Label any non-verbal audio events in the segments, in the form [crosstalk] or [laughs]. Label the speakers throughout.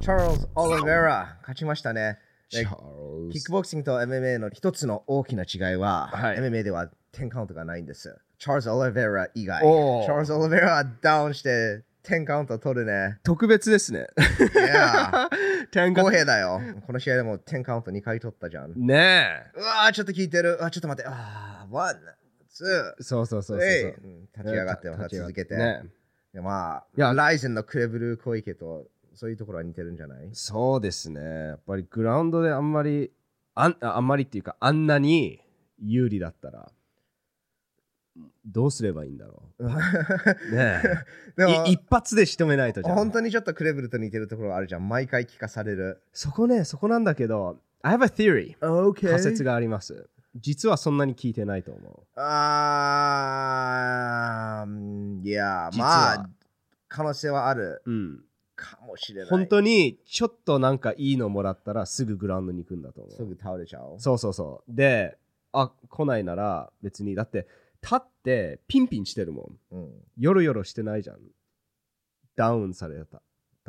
Speaker 1: チャールズ・オリヴェラ、勝ちましたね。
Speaker 2: チャール
Speaker 1: キッ
Speaker 2: ズ
Speaker 1: ク。ボクシングと MMA の一つの大きな違いは、
Speaker 2: はい
Speaker 1: MMA では10カウントがないんです。チャールズ・オリヴェラ以外、チ
Speaker 2: おー
Speaker 1: ャールズ・オリヴェラはダウンして10カウント取る
Speaker 2: [laughs]
Speaker 1: ね。
Speaker 2: 特別ですね。
Speaker 1: いや
Speaker 2: 天
Speaker 1: ー、公平だよ。この試合でも10カウント2回取ったじゃん。
Speaker 2: ね
Speaker 1: うわー、ちょっと聞いてる。あ、ちょっと待って。あー、ワン、ツー
Speaker 2: え。そうそうそうそうそう。
Speaker 1: えいうん立ち上がってまた
Speaker 2: 立ち上が
Speaker 1: 続けて。
Speaker 2: ねえ
Speaker 1: でまあ、
Speaker 2: いや
Speaker 1: ライゼンのクレブル小池とそういうところは似てるんじゃない
Speaker 2: そうですね。やっぱりグラウンドであんまり、あんああんまりっていうか、あんなに有利だったら、どうすればいいんだろう。ね
Speaker 1: [laughs] で
Speaker 2: え。
Speaker 1: も
Speaker 2: い、一発で仕留めないとじゃん
Speaker 1: 本当にちょっとクレブルと似てるところあるじゃん。毎回聞かされる。
Speaker 2: そこね、そこなんだけど、I have a theory. 仮説があります。実はそんなに聞いてないと思
Speaker 1: あーうんいや、
Speaker 2: 実
Speaker 1: ま
Speaker 2: は
Speaker 1: あ、可能性はある
Speaker 2: う。うん。
Speaker 1: かもしれない。
Speaker 2: 本当に、ちょっとなんかいいのもらったらすぐグラウンドに行くんだと思う。
Speaker 1: すぐ倒れちゃう。
Speaker 2: そうそうそう。で、あ、来ないなら別に、だって、立ってピンピンしてるもん。
Speaker 1: う。ん、
Speaker 2: ヨロヨロしてないじゃん。ダウンされた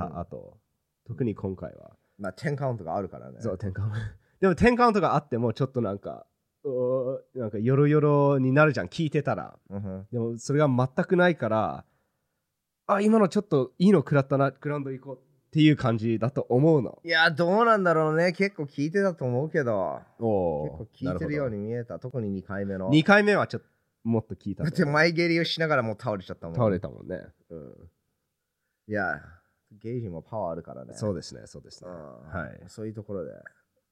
Speaker 1: うん
Speaker 2: た後、特に今回は。
Speaker 1: まあ、10カウントがあるからね。
Speaker 2: そう、10カウント。 [laughs] でも10カウントがあっても、ちょっとなんか、おーなんかヨロヨロになるじゃん、聞いてたら。
Speaker 1: うんふん
Speaker 2: でもそれが全くないから、あ、今のちょっといいの食らったな、グラウンド行こうっていう感じだと思うの。
Speaker 1: いや、どうなんだろうね。結構聞いてたと思うけど。結構
Speaker 2: お
Speaker 1: 聞いてるように見えた。特に2回目の。
Speaker 2: 2回目はちょっともっと聞いた
Speaker 1: だ
Speaker 2: と
Speaker 1: って前蹴りをしながらもう倒れちゃったもん。
Speaker 2: 倒れたもんね。
Speaker 1: いや、ゲージもパワーあるからね。
Speaker 2: そううですね、そうですね。
Speaker 1: ん
Speaker 2: はい
Speaker 1: そういうところで。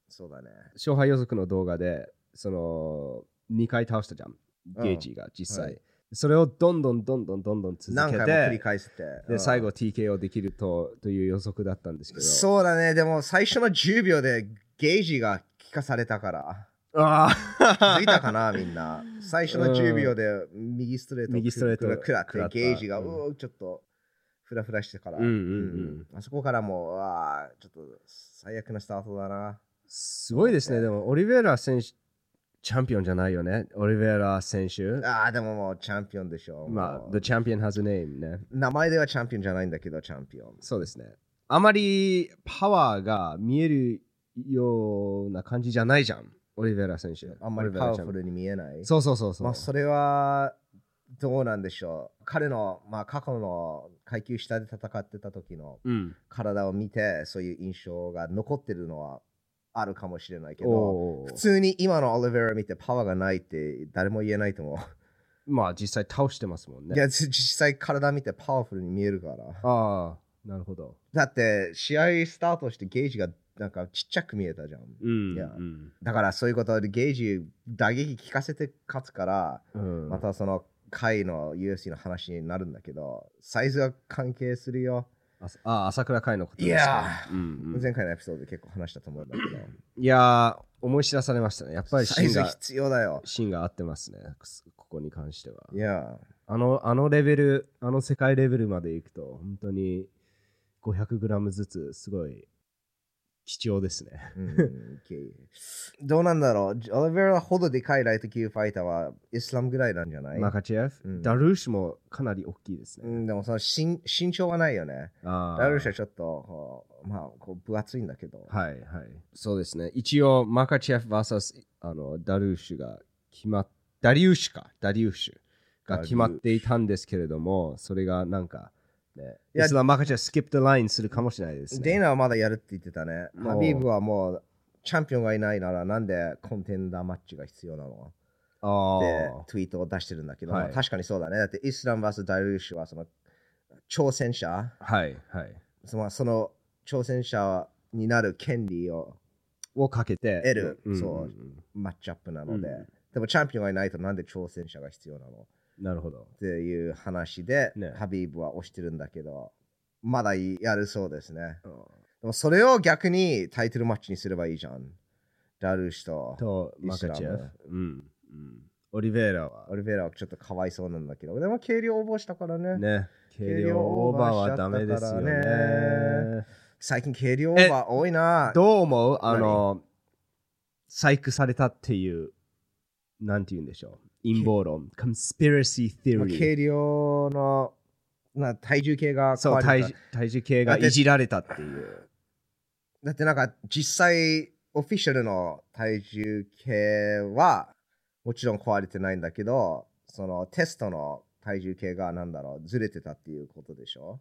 Speaker 1: そうだね。
Speaker 2: 勝敗予測の動画で、その、2回倒したじゃん、ゲイジーが実際。
Speaker 1: はい
Speaker 2: それをどんどんどんどんどんどん続
Speaker 1: 何
Speaker 2: け
Speaker 1: 回も繰り
Speaker 2: て、
Speaker 1: 返して。う
Speaker 2: で
Speaker 1: ん
Speaker 2: 最後 TKO できるとという予測だったんですけど。
Speaker 1: そうだね。でも最初の10秒でゲージが聞かされたから。
Speaker 2: あ
Speaker 1: 気
Speaker 2: あ
Speaker 1: づいたか
Speaker 2: [laughs]
Speaker 1: な、みんな。最初の10秒で右ストレートを
Speaker 2: 右ストレート
Speaker 1: くらくら
Speaker 2: くら
Speaker 1: っ、
Speaker 2: ってた
Speaker 1: ゲージが
Speaker 2: う
Speaker 1: うんおーちょっとフラフラしてから。
Speaker 2: うんうんうん
Speaker 1: うんあそこからもう、うわーちょっと最悪なスタートだな。
Speaker 2: すごいですね。でも、オリベイラ選手、チャンピオンじゃないよね。オリベイラ選手。
Speaker 1: ああ、でももうチャンピオンでしょ。
Speaker 2: ま
Speaker 1: も
Speaker 2: あ、The
Speaker 1: う
Speaker 2: Champion has a name ね。
Speaker 1: 名前ではチャンピオンじゃないんだけど、チャンピオン。
Speaker 2: そうですね。あまりパワーが見えるような感じじゃないじゃん。オリベイラ選手。
Speaker 1: あんまり
Speaker 2: オベ
Speaker 1: パ
Speaker 2: ラ
Speaker 1: ワ
Speaker 2: ちゃん
Speaker 1: フルに見えない。
Speaker 2: そうそうそうそう。
Speaker 1: まあ、それはどうなんでしょう。彼の、まあ、過去の階級下で戦ってた時の
Speaker 2: うん。
Speaker 1: 体を見て、そういう印象が残ってるのはあるかもしれないけど、
Speaker 2: おー
Speaker 1: 普通に今のオリベラ見てパワーがないって誰も言えないと思
Speaker 2: まあ実際倒してますもん
Speaker 1: う。
Speaker 2: [laughs] ね。
Speaker 1: いや、じ実際体見てパワフルに見えるから。
Speaker 2: ああ、なるほど。
Speaker 1: だって、試合スタートしてゲージがなんかちっちゃく見えたじゃん。
Speaker 2: うん。
Speaker 1: いや
Speaker 2: うん。
Speaker 1: だからそういうことでゲージ打撃効かせて勝つから、
Speaker 2: うん
Speaker 1: またその回の UFC の話になるんだけど、サイズが関係するよ。
Speaker 2: あああ、朝倉海のことです
Speaker 1: いや
Speaker 2: か。うんうん
Speaker 1: 前回のエピソードで結構話したと思うんだけど、
Speaker 2: いやー、思い知らされましたね。やっぱり
Speaker 1: サイ
Speaker 2: 芯
Speaker 1: ズ
Speaker 2: が、
Speaker 1: 必要だよ。。
Speaker 2: 芯が合ってますね。くすここに関してはい
Speaker 1: や、
Speaker 2: あの、あのレベル、あの世界レベルまで行くと、本当に 500g ずつ、すごい貴重ですね。
Speaker 1: うん、OK どうなんだろうジオリベラほどでかいライト級ファイターはイスラムぐらいなんじゃない、
Speaker 2: マカチェフ、
Speaker 1: うん
Speaker 2: ダルーシュもかなり大きいです
Speaker 1: う
Speaker 2: ね。
Speaker 1: ん、でもその身身長はないよね。
Speaker 2: あー
Speaker 1: ダルシャちょっとこう、まあ、こう分厚いんだけど。
Speaker 2: はいはい。そうですね。一応、マカチェフ VS あのダルーシュが決まっダリウシュか、ダリウシュが決まっていたんですけれども、それがなんか、ね、
Speaker 1: い
Speaker 2: い
Speaker 1: や
Speaker 2: や、マカチェフスキップドラインするかもしれないですね。
Speaker 1: デイナはまだやるって言ってたね。
Speaker 2: もう
Speaker 1: ハビーブはもうチャンピオンがいないならなんでコンテンダーマッチが必要なの
Speaker 2: あ
Speaker 1: って
Speaker 2: ー
Speaker 1: ツイートを出してるんだけど、
Speaker 2: はい
Speaker 1: まあ確かにそうだね。だってイスラム VS ダルーシュはその挑戦者、
Speaker 2: はいはい。
Speaker 1: そのその挑戦者になる権利を
Speaker 2: をかけて、
Speaker 1: L
Speaker 2: ん
Speaker 1: そうん
Speaker 2: ん
Speaker 1: マッチアップなので、
Speaker 2: うん
Speaker 1: でもチャンピオンがいないとなんで挑戦者が必要なの
Speaker 2: なるほど。
Speaker 1: っていう話で、
Speaker 2: ね
Speaker 1: ハビーブは押してるんだけど、まだやるそうですね。でもそれを逆にタイトルマッチにすればいいじゃん。ダルーシュと。
Speaker 2: と、
Speaker 1: イ
Speaker 2: マ
Speaker 1: スラ
Speaker 2: カ
Speaker 1: ム
Speaker 2: チェフ、うんうん、オリベイラは
Speaker 1: オ、リベイラはちょっとかわいそうなんだけど、でも軽量応募したからね。
Speaker 2: ね、
Speaker 1: 軽
Speaker 2: 軽
Speaker 1: 量
Speaker 2: 量
Speaker 1: オ
Speaker 2: オ
Speaker 1: ー
Speaker 2: ー
Speaker 1: バ
Speaker 2: バ
Speaker 1: ー
Speaker 2: ー
Speaker 1: しちゃ
Speaker 2: は
Speaker 1: った
Speaker 2: ダ
Speaker 1: からね
Speaker 2: メですよね。
Speaker 1: 最近軽量オーバー多いな。
Speaker 2: どう思うあの、細工されたっていう、なんて言うんでしょう。陰
Speaker 1: [laughs]
Speaker 2: 謀論、conspiracy
Speaker 1: まあ
Speaker 2: theory。
Speaker 1: 軽量のな体重計が
Speaker 2: そう
Speaker 1: 壊れ
Speaker 2: 体
Speaker 1: た
Speaker 2: 重、体重計がいじられたっていう。
Speaker 1: だってなんか実際オフィシャルの体重計はもちろん壊れてないんだけどそのテストの体重計がなんだろうずれてたっていうことでしょ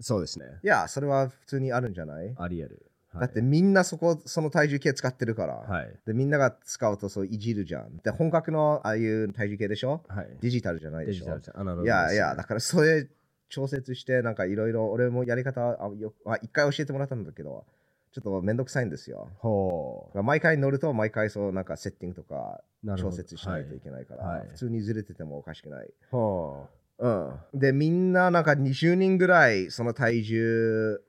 Speaker 2: そうですね。
Speaker 1: いやそれは普通にあるんじゃない、
Speaker 2: ありえる。はい
Speaker 1: だって、みんなそこその体重計使ってるから、
Speaker 2: はい。
Speaker 1: でみんなが使うとそういじるじゃんで本格のああいう体重計でしょ
Speaker 2: はい。
Speaker 1: デジタルじゃないで
Speaker 2: デ
Speaker 1: し
Speaker 2: ジ
Speaker 1: ょ
Speaker 2: タルじゃんアナログ
Speaker 1: い
Speaker 2: ですね
Speaker 1: やいや、だからそれ調節して、なんかいろいろ、俺もやり方あよ、あ一回教えてもらったんだけど、ちょっとめんどくさいんですよ。
Speaker 2: ほ
Speaker 1: 毎回乗ると、毎回そう、なんかセッティングとか
Speaker 2: う。なるほ
Speaker 1: 調
Speaker 2: ど
Speaker 1: 節しないといけないから、
Speaker 2: はいはい
Speaker 1: 普通にずれててもおかしくない。
Speaker 2: はいほ
Speaker 1: うん。で、みんななんか20人ぐらい、その体重、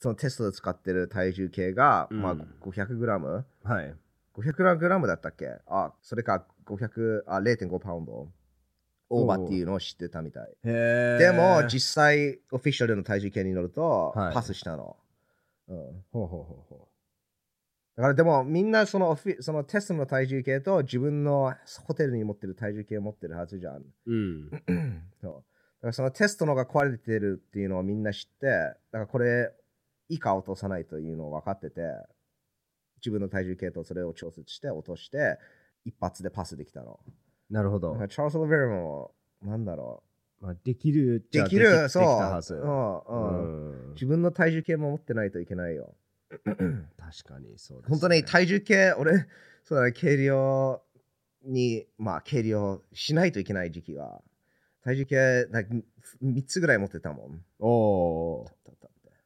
Speaker 1: そのテストで使ってる体重計が、
Speaker 2: うん
Speaker 1: まあ 500g?500g
Speaker 2: う。はい。
Speaker 1: だったっけあ、それか500、あ、0.5パウンドオーバーっていうのを知ってたみたい。
Speaker 2: へえ。
Speaker 1: でも実際オフィシャルの体重計に乗ると
Speaker 2: はい
Speaker 1: パスしたの、うん、
Speaker 2: ほうほうほうほ
Speaker 1: だからでもみんなそのオフィそのテストの体重計と自分のホテルに持ってる体重計を持ってるはずじゃん
Speaker 2: う。うん。
Speaker 1: そうだからそのテストのが壊れてるっていうのをみんな知ってだからこれ以下落とさないというのを分かってて自分の体重計とそれを調節して落として一発でパスできたの
Speaker 2: [laughs] なるほ
Speaker 1: だ
Speaker 2: ど
Speaker 1: か。らチャールズ・オベルもなんだろ
Speaker 2: まあ、できる
Speaker 1: う
Speaker 2: じ
Speaker 1: で
Speaker 2: ゃ
Speaker 1: きる
Speaker 2: でき
Speaker 1: そ
Speaker 2: できたはず。
Speaker 1: う、うんうん
Speaker 2: うん
Speaker 1: 自分の体重計も持ってないといけないよ。
Speaker 2: 確かにそうです、
Speaker 1: 本当に体重計、俺、そうだね、計量に、まあ、計量しないといけない時期は、体重計、なんか3つぐらい持ってたもん。
Speaker 2: おおー。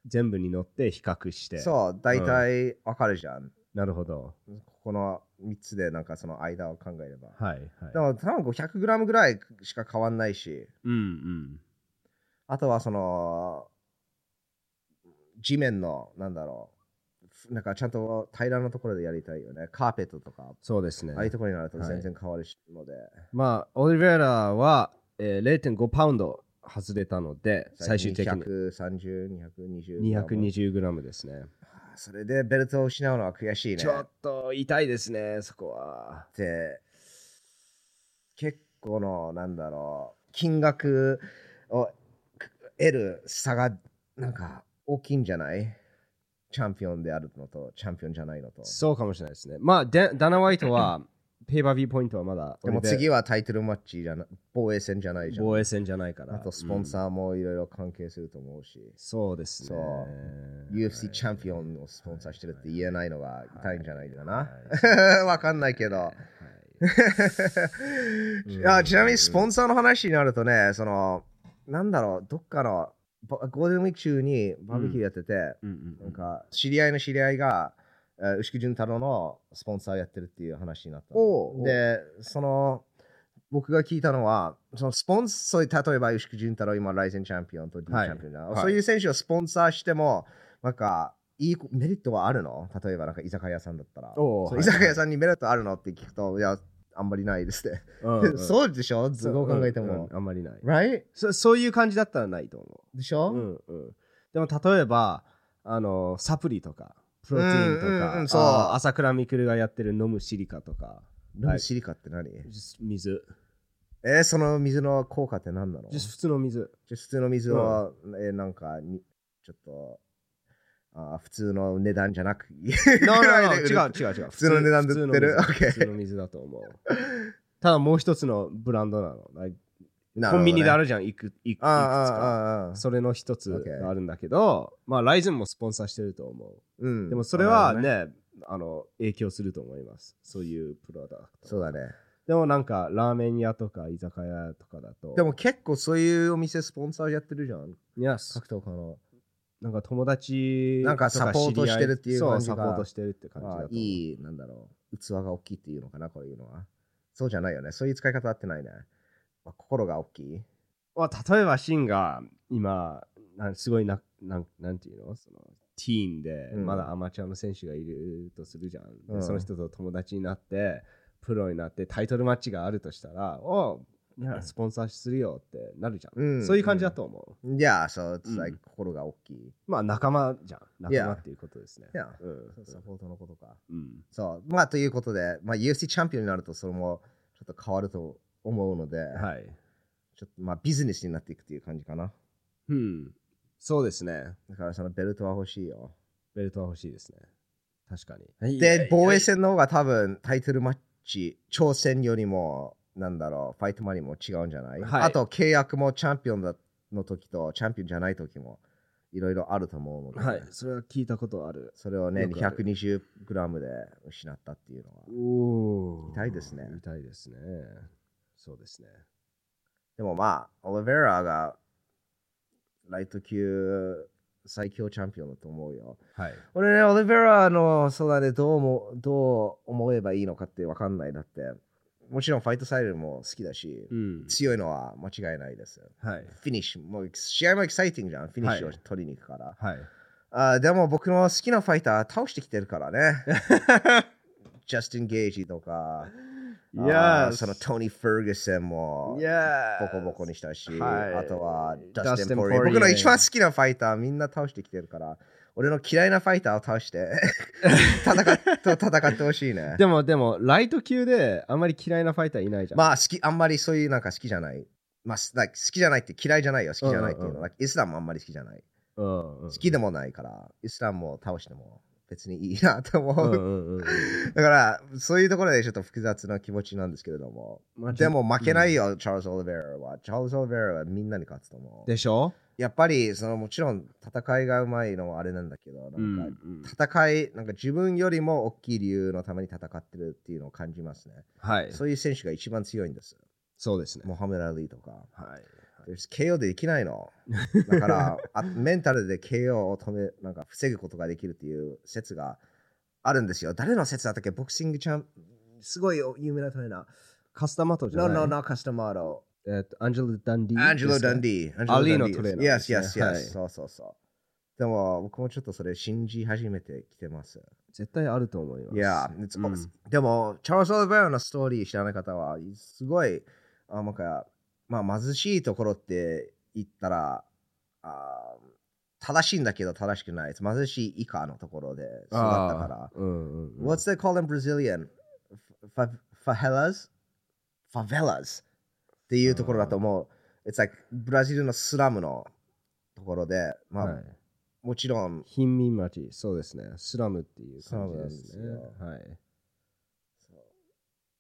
Speaker 2: 全部に乗って比較して。
Speaker 1: そう、大体わかるじゃん。
Speaker 2: なるほど。
Speaker 1: ここの3つで、なんかその間を考えれば。
Speaker 2: はいはい。
Speaker 1: でも、多分 500g ぐらいしか変わんないし、
Speaker 2: うんうん。
Speaker 1: あとはその、地面の、なんだろう、なんかちゃんと平らなところでやりたいよね。カーペットとか、
Speaker 2: そうですね
Speaker 1: ああいう。ところになると全然変わるしので、
Speaker 2: まあ、オリベラは、えー、0.5パウンド外れたので、最終的に
Speaker 1: 230、220。
Speaker 2: 220グラムですね。
Speaker 1: あーそれでベルトを失うのは悔しいね。
Speaker 2: ちょっと痛いですね、そこは。
Speaker 1: で、結構の、なんだろう、金額をく得る差が、なんか、大きいんじゃないチャンピオンであるのと、チャンピオンじゃないのと。
Speaker 2: そうかもしれないですね。まあ、でダナ・ワイ
Speaker 1: [laughs]
Speaker 2: トは、ペーパービーポイントはまだ、
Speaker 1: でも次はタイトルマッチじゃな防衛戦じゃないじゃん。
Speaker 2: 防衛戦じゃないから。
Speaker 1: あとスポン
Speaker 2: ー。
Speaker 1: サーもいろいろ関係すると思うし、
Speaker 2: そうですね。
Speaker 1: そう UFC チャンピオンをスポンサーしてるって言えないのが痛いんじゃないかな。わかんないけど。 [laughs] あちなみにスポンサーの話になるとね、その、なんだろう、どっかのぼゴールデンウィーク中にバーベキューやってて、なんか知り合いの知り合いが、えー牛久潤太郎のスポンサーやってるっていう話になったの
Speaker 2: おう
Speaker 1: で、その、僕が聞いたのは、そのスポンサー、例えば牛久潤太郎、今、ライゼンチャンピオンと D チ
Speaker 2: はい
Speaker 1: ャンピオンだ、
Speaker 2: はい
Speaker 1: そういう選手をスポンサーしても、なんか、いいこメリットはあるの例えば、なんか居酒屋さんだったら。
Speaker 2: おう
Speaker 1: そう
Speaker 2: はい
Speaker 1: 居酒屋さんにメリットあるのって聞くと、いや、あんまりないですね。[laughs]
Speaker 2: う
Speaker 1: そうでしょ
Speaker 2: ん、
Speaker 1: 図を考えて
Speaker 2: うん
Speaker 1: も
Speaker 2: うん。あんまりない。
Speaker 1: right?
Speaker 2: そそういう感じだったらないと思
Speaker 1: でしょ、
Speaker 2: う。うんうん、でも例えばあのサプリとかプロテインと
Speaker 1: う
Speaker 2: か、
Speaker 1: んうんうんそう
Speaker 2: あ朝倉未来がやってる飲むシリカとか
Speaker 1: 飲
Speaker 2: は
Speaker 1: む
Speaker 2: い
Speaker 1: シリカって何、
Speaker 2: just 水
Speaker 1: えーその水の効果って何なの
Speaker 2: just 普通の水
Speaker 1: じゃあ普通の水を、えーなんかに、ちょっと、あー普通の値段じゃなく、 [laughs]
Speaker 2: No,
Speaker 1: ぐ
Speaker 2: no,
Speaker 1: ら
Speaker 2: no,
Speaker 1: いで売
Speaker 2: 違
Speaker 1: る
Speaker 2: う違う違う
Speaker 1: 普通の値段で売ってる
Speaker 2: 普通
Speaker 1: OK
Speaker 2: 普通の水だと思うただもう一つのブランドなの like
Speaker 1: なるほどね
Speaker 2: コンビニであるじゃんいくいくいくつ
Speaker 1: あーあ
Speaker 2: か
Speaker 1: ー、あーあー、
Speaker 2: それの一つがあるんだけど、まあライズンもスポンサーしてると思う
Speaker 1: うん
Speaker 2: でもそれは
Speaker 1: なる
Speaker 2: ね、あの影響すると思います。そういうプロダクト。
Speaker 1: ほどねそうだね。
Speaker 2: でもなんかラーメン屋とか居酒屋とかだと、
Speaker 1: でも結構そういうお店スポンサーやってるじゃん。
Speaker 2: いや
Speaker 1: 格闘家の。
Speaker 2: なんか友達
Speaker 1: なんかサポートしてるっていう感じが
Speaker 2: そう、サポートしてるって感じだ
Speaker 1: あ
Speaker 2: と思
Speaker 1: ー
Speaker 2: う。
Speaker 1: いい、なんだろう、器が大きいっていうのかな、こういうのは。そうじゃないよね。そういう使い方合ってないね。まあ心が大きい。
Speaker 2: まあ例えばシンが今、なんすごいななん、なんていうのそのティーンで、
Speaker 1: うん
Speaker 2: まだアマチュアの選手がいるとするじゃん。で
Speaker 1: うん
Speaker 2: その人と友達になって、プロになってタイトルマッチがあるとしたら、おいやスポンサーするよってなるじゃん。
Speaker 1: うん
Speaker 2: そういう感じだと思う。
Speaker 1: いや、そう、
Speaker 2: うん
Speaker 1: like 心が大きい。
Speaker 2: まあ仲間じゃん。
Speaker 1: いや
Speaker 2: 仲間っていうことですね。
Speaker 1: いや
Speaker 2: うん
Speaker 1: サポートのことか。
Speaker 2: うん
Speaker 1: そう。まあ、ということで、まあ、UFC チャンピオンになると、それもちょっと変わると思うので、
Speaker 2: はい。
Speaker 1: ちょっとまあ、ビジネスになっていくっていう感じかな。
Speaker 2: うん。そうですね。
Speaker 1: だから、そのベルトは欲しいよ。
Speaker 2: ベルトは欲しいですね。確かに。
Speaker 1: で、防衛戦の方が多分タイトルマッチ、挑戦よりも、なんだろう、ファイトマニーも違うんじゃない、
Speaker 2: はい
Speaker 1: あと、契約もチャンピオンだの時と、チャンピオンじゃない時も、いろいろあると思うので、
Speaker 2: はい、それは聞いたことある。
Speaker 1: それをね、
Speaker 2: よくある
Speaker 1: 220g で失ったっていうのは。
Speaker 2: お
Speaker 1: 痛いですね
Speaker 2: 痛いですね。そうですね。
Speaker 1: でもまあ、オリベラが、ライト級最強チャンピオンだと思うよ。
Speaker 2: はい。
Speaker 1: 俺ね、オリベラのそうだね、どうも、どう思えばいいのかって分かんない。だって、もちろんファイトサイルも好きだし、
Speaker 2: うん。
Speaker 1: 強いのは間違いないです。
Speaker 2: はい。
Speaker 1: フィニッシュ、もう試合もエキサイティングじゃん、フィニッシュを
Speaker 2: はい
Speaker 1: 取りに行くから。
Speaker 2: はい。
Speaker 1: あーでも僕の好きなファイター倒してきてるから
Speaker 2: [laughs]
Speaker 1: ね。ジャスティン・ゲージとか、
Speaker 2: い
Speaker 1: あーそのトニー・フェルグセンも。
Speaker 2: いや
Speaker 1: ボコボコにしたし、
Speaker 2: はい
Speaker 1: あとはダ
Speaker 2: ダ
Speaker 1: ス
Speaker 2: ス
Speaker 1: テ
Speaker 2: テ
Speaker 1: ン・
Speaker 2: ン
Speaker 1: ポリエ
Speaker 2: ポリエ
Speaker 1: 僕の一番好きなファイターみんな倒してきてるから俺の嫌いなファイターを倒して
Speaker 2: [laughs]
Speaker 1: 戦っと戦ってほしいね
Speaker 2: でも、でも、ライト級であんまり嫌いなファイターいないじゃん。
Speaker 1: まあ好きあんまりそういうなんか好きじゃないまあ、す like 好きじゃないって嫌いじゃないよ好きじゃないっていう
Speaker 2: うんうん
Speaker 1: の
Speaker 2: うん
Speaker 1: はイスラムもあんまり好きじゃない
Speaker 2: うんうん、
Speaker 1: 好きでもないからイスラムを倒しても別にいいなと
Speaker 2: う
Speaker 1: 思
Speaker 2: んう
Speaker 1: う、
Speaker 2: んうんうん
Speaker 1: [laughs] だからそういうところでちょっと複雑な気持ちなんですけれども
Speaker 2: まあ
Speaker 1: でも負けないよ、チャールズ・オリベラはチャールズ・オリベラはみんなに勝つと思う
Speaker 2: でしょ
Speaker 1: やっぱりそのもちろん戦いがうまいのもあれなんだけどなんか
Speaker 2: ん
Speaker 1: 戦い、なんか自分よりも大きい理由のために戦ってるっていうのを感じますね、
Speaker 2: はい。
Speaker 1: そういう選手が一番強いんです
Speaker 2: そうですね。
Speaker 1: モハメラ・アリーとか
Speaker 2: はい。
Speaker 1: で KO でできないのだ
Speaker 2: [laughs]
Speaker 1: からあメンタルで KO を止めなんか防ぐことができるっていう説があるんですよ誰の説だったっけボクシングチャンすごい有名なトレーナ
Speaker 2: カスタマート
Speaker 1: ー
Speaker 2: じゃない
Speaker 1: No, no, no, カスタマーロ
Speaker 2: えっと、アンジェロ・ダンディ。
Speaker 1: アンジェロ・ダン
Speaker 2: デ
Speaker 1: ディ。
Speaker 2: アリーのトレーナー
Speaker 1: で
Speaker 2: ですす
Speaker 1: ね。Yes,
Speaker 2: ね
Speaker 1: yes, yes、
Speaker 2: はい
Speaker 1: そうそうそう。でも、僕もちょっとそれ信じ始めてきてます。
Speaker 2: ィ。絶対あると思います。
Speaker 1: いや、
Speaker 2: うん
Speaker 1: it's- でも、チャールズ・オリベラのストーリー知らない方は、すごい、あなんか、まあ、貧しいところって言ったら、あー正しいんだけど正しくない。貧しい以下のところで育ったから
Speaker 2: あ。ーうんうんうん。
Speaker 1: What's they call in Brazilian? Fa- Favelas? Favelas っていうところだと思う。It's like ブラジルのスラムのところで、まあ、
Speaker 2: はい
Speaker 1: もちろん、
Speaker 2: 貧民町、そうですね。スラムっていう感じです
Speaker 1: スラム
Speaker 2: ね
Speaker 1: なんで。
Speaker 2: はい。
Speaker 1: そう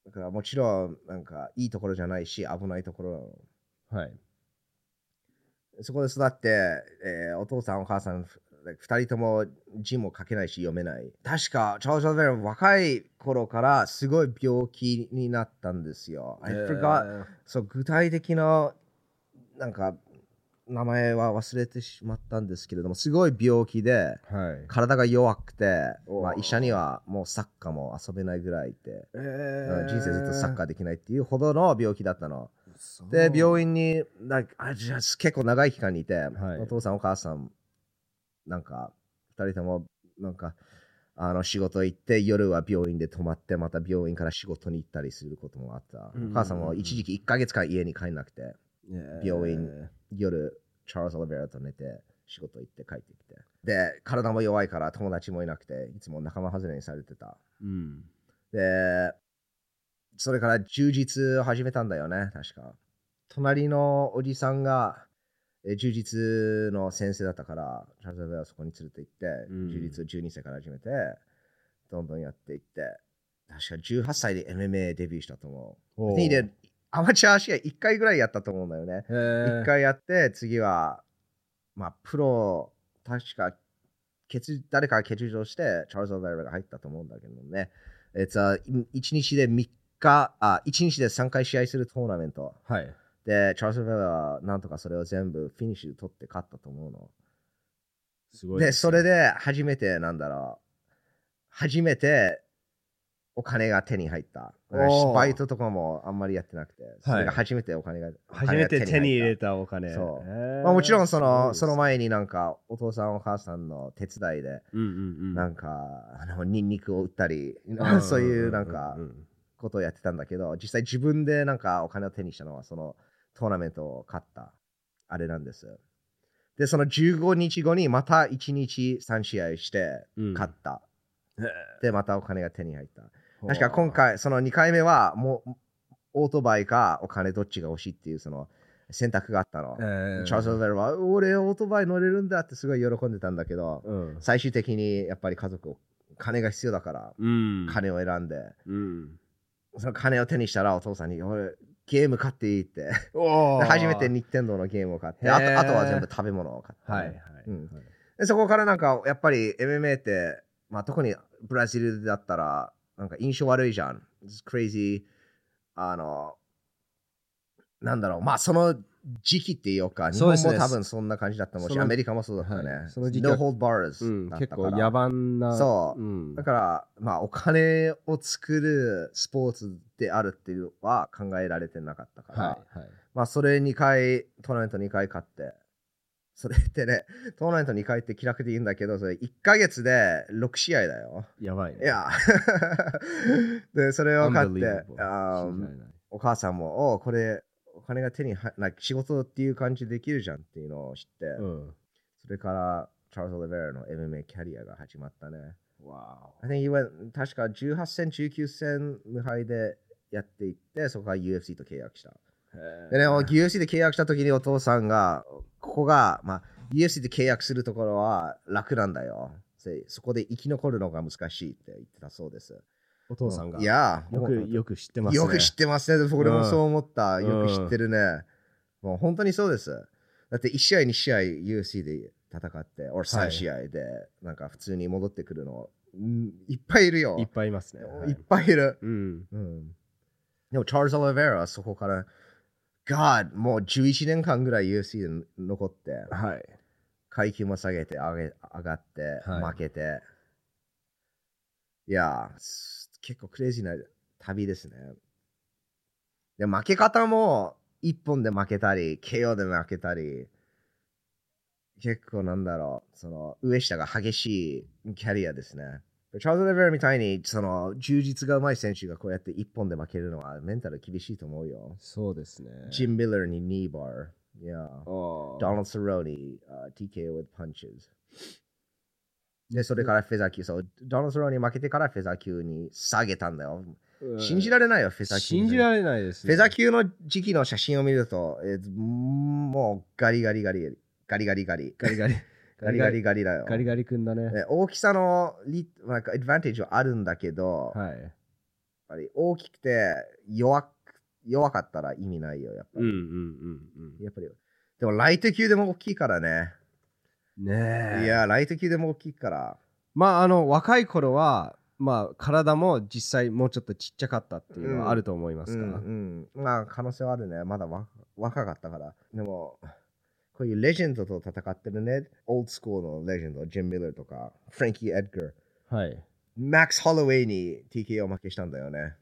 Speaker 1: だからもちろん、なんかいいところじゃないし、危ないところなの
Speaker 2: はい。
Speaker 1: そこで育って、えーお父さんお母さんふ二人とも字も書けないし読めない確かチャールズ・オリベラは若い頃からすごい病気になったんですよ。I forgot
Speaker 2: えー
Speaker 1: そう具体的ななんか名前は忘れてしまったんですけれどもすごい病気で
Speaker 2: はい。
Speaker 1: 体が弱くて、
Speaker 2: おー
Speaker 1: まあ、医者にはもうサッカーも遊べないぐらいで、
Speaker 2: え
Speaker 1: うん人生ずっとサッカ
Speaker 2: ー
Speaker 1: ーできないっていうほどの病気だったの。
Speaker 2: そう
Speaker 1: で病院になんかあじゃあ結構長い期間にいて、
Speaker 2: はい
Speaker 1: お父さんお母さんなんか2人ともなんかあの仕事行って夜は病院で泊まってまた病院から仕事に行ったりすることもあった、
Speaker 2: うん
Speaker 1: お母さんも一時期1ヶ月間家に帰んなくて病院
Speaker 2: え
Speaker 1: 夜チャールズ・オリベラと寝て仕事行って帰ってきてで体も弱いから友達もいなくていつも仲間外れにされてた
Speaker 2: ーうん。
Speaker 1: で、それから充実始めたんだよね、確か。隣のおじさんが、え充実の先生だったから、チャールズ・ベアをそこに連れて行って、
Speaker 2: うん
Speaker 1: 充実を12歳から始めて、どんどんやっていって、確か18歳で MMA デビューしたと思う。
Speaker 2: いい
Speaker 1: で、アマチュア試合1回ぐらいやったと思うんだよね。
Speaker 2: え
Speaker 1: 1回やって、次は、まあ、プロ、確か、欠誰かが欠場して、チャールズ・オベラが入ったと思うんだけどね。えっと、1日で3日、あ、1日で3回試合するトーナメント。
Speaker 2: はい。
Speaker 1: で、チャールズ・オベラはなんとかそれを全部フィニッシュ取って勝ったと思うの。
Speaker 2: すごい
Speaker 1: で、
Speaker 2: す
Speaker 1: それで初めて、なんだろう、初めてお金が手に入った。だから
Speaker 2: おー
Speaker 1: バイトとかもあんまりやってなくて、それが初めてお金が、
Speaker 2: 初めて手に入
Speaker 1: た
Speaker 2: れたお金。
Speaker 1: そう
Speaker 2: えー
Speaker 1: まあ、もちろんその
Speaker 2: す
Speaker 1: その
Speaker 2: ごいで
Speaker 1: 前になんかお父さんお母さんの手伝いです
Speaker 2: ね。うんうんうん。
Speaker 1: なんかあのニンニクを売ったり
Speaker 2: う
Speaker 1: [laughs]
Speaker 2: ん
Speaker 1: そういうなんか
Speaker 2: うんうん
Speaker 1: ことをやってたんだけど実際自分でなんかお金を手にしたのはそのトーナメントを勝ったあれなんですでその15日後にまた1日3試合して
Speaker 2: うん
Speaker 1: 勝った、
Speaker 2: うんへ
Speaker 1: でまたお金が手に入った
Speaker 2: ー
Speaker 1: 確か今回その2回目はもうオートバイかお金どっちが欲しいっていうその選択があったの、
Speaker 2: えー
Speaker 1: チャールズ・オベルは俺オートバイ乗れるんだってすごい喜んでたんだけど
Speaker 2: うん
Speaker 1: 最終的にやっぱり家族を金が必要だから、
Speaker 2: うん。
Speaker 1: 金を選んで、
Speaker 2: うん。
Speaker 1: その金を手にしたらお父さんに、俺、ゲーム買っていいって。
Speaker 2: お
Speaker 1: で
Speaker 2: ー
Speaker 1: 初めて。任天堂のゲームを買って、
Speaker 2: へー
Speaker 1: あとあとは全部食べ物を買って、
Speaker 2: はいはい。
Speaker 1: うんでそこからなんか、やっぱり MMA って、まあ、特にブラジルだったら、なんか印象悪いじゃん。クレイジー、あの、なんだろう、まあその時期っていうか、日
Speaker 2: そう
Speaker 1: 本
Speaker 2: ですね
Speaker 1: も多分そんな感じだったもん
Speaker 2: そ
Speaker 1: し、
Speaker 2: の
Speaker 1: アメリカもそうだったね。
Speaker 2: はいその時期は
Speaker 1: No hold
Speaker 2: う
Speaker 1: bars
Speaker 2: ん
Speaker 1: だった
Speaker 2: 結
Speaker 1: から。
Speaker 2: 構野蛮な。
Speaker 1: そう
Speaker 2: うん
Speaker 1: だから、まあお金を作るスポーツであるっていうのは考えられてなかったから。
Speaker 2: はいはい。
Speaker 1: まあ、それ2回、トーナメント2回勝って、それってね、トーナメント2回って気楽で言うんだけど、それ1ヶ月で6試合だよ。
Speaker 2: やばいね。
Speaker 1: いや、 [laughs] で、それを勝って、
Speaker 2: Unbelievable
Speaker 1: あー
Speaker 2: 信じられない
Speaker 1: お母さんも、おうこれ、お金が手に入なんか仕事っていう感じできるじゃんっていうのを知って、
Speaker 2: うん。
Speaker 1: それから、チャールズ・オリベラの MMA キャリアが始まったね。
Speaker 2: わ
Speaker 1: I think he went, 確か18戦、19戦無敗でやっていって、そこから UFC と契約した。
Speaker 2: お。
Speaker 1: でね、UFC で契約した時にお父さんが、ここが、まあ、UFC で契約するところは楽なんだよ。せそこで生き残るのが難しいって言ってたそうです。
Speaker 2: お父さんが。
Speaker 1: いやー
Speaker 2: よ
Speaker 1: もう
Speaker 2: く、よく知ってますね。
Speaker 1: よく知ってますね。俺もそう思った。
Speaker 2: うん
Speaker 1: よく知ってるね。もう本当にそうです。だって1試合、2試合 UFC で戦って、俺
Speaker 2: は
Speaker 1: 3
Speaker 2: い
Speaker 1: 試合で、なんか普通に戻ってくるの、うんいっぱいいるよ。
Speaker 2: いっぱいいますね。はい
Speaker 1: いっぱいいる。
Speaker 2: うん。
Speaker 1: うんでも、チャールズ・オリベラはそこから、God、もう11年間ぐらい UFC で残って、
Speaker 2: はい。
Speaker 1: 階級も下げて、上げ上がって、
Speaker 2: はい
Speaker 1: 負けて。いやー、す結構クレイジーな旅ですね。で、負け方も、一本で負けたり、KO で負けたり、結構なんだろう、その、上下が激しいキャリアですね。チャールズ・レベルみたいに、その、充実がうまい選手がこうやって一本で負けるのはメンタル厳しいと思うよ。
Speaker 2: そうですね。
Speaker 1: ジン・ミラーにニーバー。いやー。
Speaker 2: おー
Speaker 1: Donald Cerrone、uh, TKO with punches。で、それからフェザー級、そう、Donald Cerrone 負けてからフェザー級に下げたんだよ。
Speaker 2: うん
Speaker 1: 信じられないよ、フェザー級。
Speaker 2: 信じられないです
Speaker 1: フ
Speaker 2: ね。
Speaker 1: ェザー級の時期の写真を見ると、えーもうガリガリガリ、ガリガリガリ、
Speaker 2: ガリガリ。
Speaker 1: ガリガリガリだよ。
Speaker 2: ガリガリ君だね。
Speaker 1: ね大きさのリなんかアドバンテージはあるんだけど、やっ
Speaker 2: はい。
Speaker 1: ぱり大きくて弱く弱かったら意味ないよ、やっぱ
Speaker 2: うんう
Speaker 1: り。
Speaker 2: んうん
Speaker 1: やっぱりでもライト級でも大きいからね。
Speaker 2: うん。ねえ。
Speaker 1: いや、ライト級でも大きいから。
Speaker 2: まあ、あの、若い頃は、まあ、体も実際もうちょっとちっちゃかったっていうのはあると思います
Speaker 1: う
Speaker 2: か
Speaker 1: ん
Speaker 2: ら。
Speaker 1: うん、まあ可能性はあるねまだ若若かったからでもこういうレジェンドと戦ってるねオールスコールのレジェンドジン・ミラーとかフランキー・エッガー
Speaker 2: はい。
Speaker 1: マックス・ホロウェイに TKO 負けしたんだよね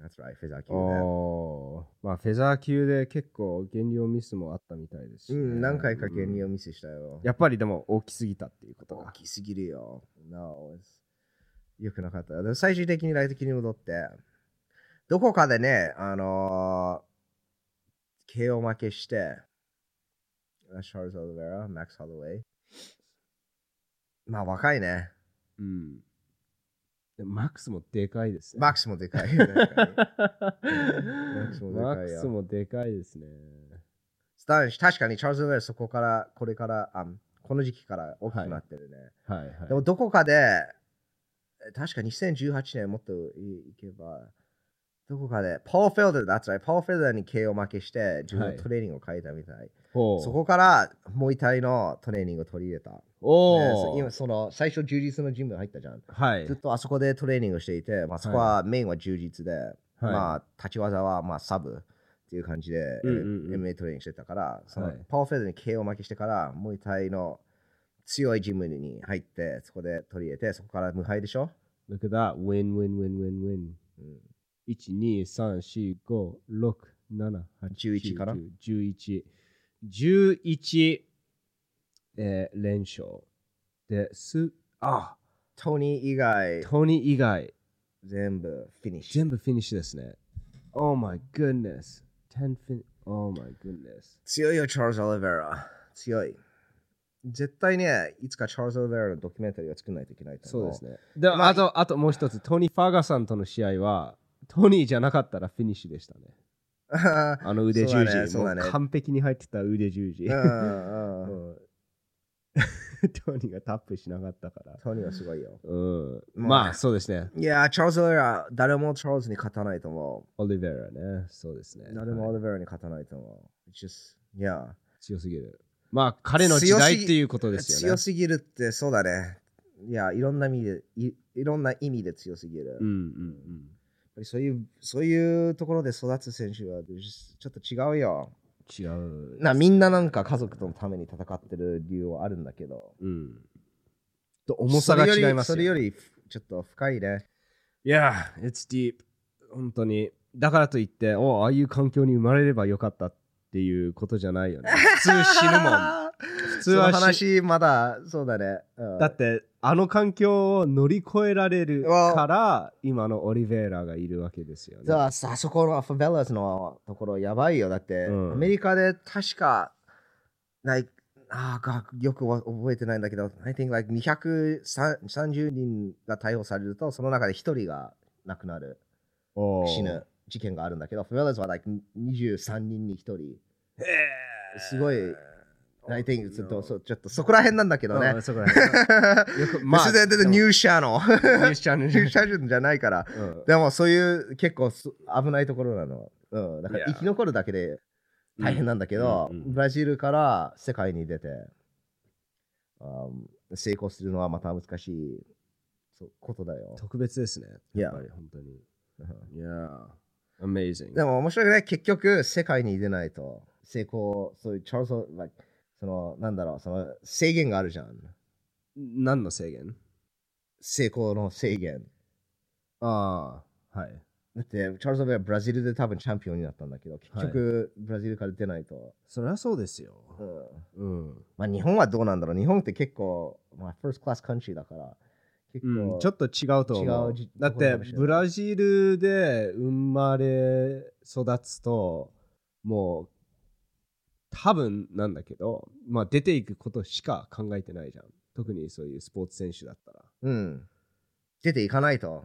Speaker 1: That's right フェザー級ね
Speaker 2: おーまあ、フェザー級で結構減量ミスもあったみたいですし、
Speaker 1: うん何回か
Speaker 2: 減
Speaker 1: 減
Speaker 2: 量
Speaker 1: 量ミスしたよ、
Speaker 2: やっぱりでも大きすぎたっていうこと
Speaker 1: 大
Speaker 2: が。
Speaker 1: きすぎるよ。No, it's- よくなかった。でも最終的にライト級に戻って、どこかでね、あのー、KO 負けして、シャールズ・オリベラ、マックス・ハロウェイ。まあ若いね。
Speaker 2: うん。でマックスもでかいですね。
Speaker 1: マックスもでかいよね。
Speaker 2: ッ
Speaker 1: クスもでかいよ
Speaker 2: マックスもでかいですね。
Speaker 1: スタンシ確かにチャールズ・オリベラそこから、これから、あこの時期から大きくなってるね。
Speaker 2: はいはい。
Speaker 1: でもどこかで、え確か2018年もっといいけば、どこかで、パーフェルダー、that's right、パーフェルダーに KO 負けして、自分のトレーニングを変えたみたい。
Speaker 2: ほう
Speaker 1: そこから、もう一体のトレーニングを取り入れた。ね
Speaker 2: お
Speaker 1: そ
Speaker 2: ー
Speaker 1: 今、その、最初、充実のジムに入ったじゃん。
Speaker 2: はい
Speaker 1: ずっ。とあそこでトレーニングをしていて、まあ、そこはメインは充実で、ま
Speaker 2: あ、
Speaker 1: あ、立ち技はまあサブっていう感じで、
Speaker 2: うんうんうん
Speaker 1: MA トレーニングしてたから、その
Speaker 2: はい
Speaker 1: パワーフェルダーに KO 負けしてから、もう一体の強いジムに入って、そこで取り入れて、そこから無敗でしょ、
Speaker 2: Look at that. Win, win, win, win, win.
Speaker 1: うん、
Speaker 2: 1、2、3、4、5、6、7、8、
Speaker 1: 11かな
Speaker 2: ?11。11、えー、連勝。です。あ、
Speaker 1: トニー以外、
Speaker 2: トニー以外、
Speaker 1: 全部フィニッシュ。
Speaker 2: 全部フィニッシュですね。Oh my goodness. 10 fin. Oh my goodness.
Speaker 1: 強いよ、チャールズ・オリベラ。強い。絶対ね、いつかチャールズ・オリベラのドキュメンタリーを作らないといけないと
Speaker 2: そう
Speaker 1: 思う。 [laughs]
Speaker 2: ですね。で、
Speaker 1: まあ
Speaker 2: あと、あともう一つ、トニー・ファーガさんとの試合は、トニーじゃなかったらフィニッシュでしたね。
Speaker 1: ね。
Speaker 2: あの腕
Speaker 1: そう
Speaker 2: 十字、
Speaker 1: だねそうだね
Speaker 2: [laughs] もう完璧に入ってた腕十字。
Speaker 1: うんうんうん
Speaker 2: うんトニーがタップしなかったから。
Speaker 1: トニーはすごいよ。
Speaker 2: うん。
Speaker 1: まあ
Speaker 2: まあ、そうですね。
Speaker 1: いやー、チャールズ・オリベラ、誰もチャールズに勝たないと思
Speaker 2: オリベラね。そうですね
Speaker 1: う。。誰もオリベラに勝たないと思う。It's just, yeah.
Speaker 2: 強すぎる。まあ、彼の時代っていうことですよ
Speaker 1: 強
Speaker 2: ね。
Speaker 1: すぎるって、そうだね。いや、いろんな意味で、いいろんな意味で強すぎる。
Speaker 2: うん
Speaker 1: やっ
Speaker 2: うんうん。
Speaker 1: ぱりそういう、そういうところで育つ選手は、just- ちょっと違うよ。
Speaker 2: 違う。
Speaker 1: なみんななんか家族とのために戦ってる理由はあるんだけど。
Speaker 2: うん。と重さが違います
Speaker 1: それよ
Speaker 2: よ。
Speaker 1: り、それよりちょっと深い [laughs] ね。
Speaker 2: いや、it's deep。本当に。だからといって、おああいう環境に生まれればよかったっていうことじゃない
Speaker 1: [laughs]
Speaker 2: よね。普通死ぬもん。普
Speaker 1: そ
Speaker 2: 通
Speaker 1: の
Speaker 2: は死
Speaker 1: 話、まだ、そうだね。うん
Speaker 2: だってあの環境を乗り越えられる
Speaker 1: うわ
Speaker 2: から今のオリベイラがいるわけですよね。
Speaker 1: じゃあさあそこのファベラスのところやばいよ。だって、
Speaker 2: うん
Speaker 1: アメリカで確か、ないあーがよくわ覚えてないんだけど、I think like 230人が逮捕されると、その中で1人が亡くなる、
Speaker 2: おー
Speaker 1: 死ぬ。事件があるんだけど、ファベラスは like 23人に1人。
Speaker 2: へー
Speaker 1: すごい I think ちょっと
Speaker 2: No
Speaker 1: そうちょっとそこら辺なんだけど
Speaker 2: う
Speaker 1: ね
Speaker 2: ん。そこら
Speaker 1: [laughs]
Speaker 2: 辺よく
Speaker 1: ま
Speaker 2: まあ
Speaker 1: あ、で
Speaker 2: でも
Speaker 1: ニューシャの。
Speaker 2: ニュースチャンネ
Speaker 1: ニ
Speaker 2: ル
Speaker 1: ュ [laughs] ーシャじゃないから。
Speaker 2: うん
Speaker 1: でもそういう結構す危ないところなの。うん、だから
Speaker 2: いや
Speaker 1: 生き残るだけで大変なんだけど、
Speaker 2: うんうんうん
Speaker 1: ブラジルから世界に出て、あー成功するのはまた難しいそうことだよ。
Speaker 2: 特別ですね。
Speaker 1: いや
Speaker 2: やっぱり本当に。いやー、amazing。
Speaker 1: でも面白いね、結局世界に出ないと成功、そういうチャールズ、like そのなんだろう、その制限があるじゃん。
Speaker 2: 何の制限
Speaker 1: 成功の制限。
Speaker 2: ああ、はい。
Speaker 1: だって、チャールズ・オベアはブラジルで多分チャンピオンになったんだけど、結局、ブラジルから出ないと。
Speaker 2: そりゃそうですよ。
Speaker 1: うん
Speaker 2: うん。
Speaker 1: まあ日本はどうなんだろう日本って結構、まあ、ファーストクラスカントリーだから、結構、
Speaker 2: うん、ちょっと違うと思う
Speaker 1: 違うじ
Speaker 2: だってブラジルで生まれ育つともう多分なんだけど、まあ、出ていくことしか考えてないじゃん特にそういうスポーツ選手だったら
Speaker 1: うん。出ていかないと。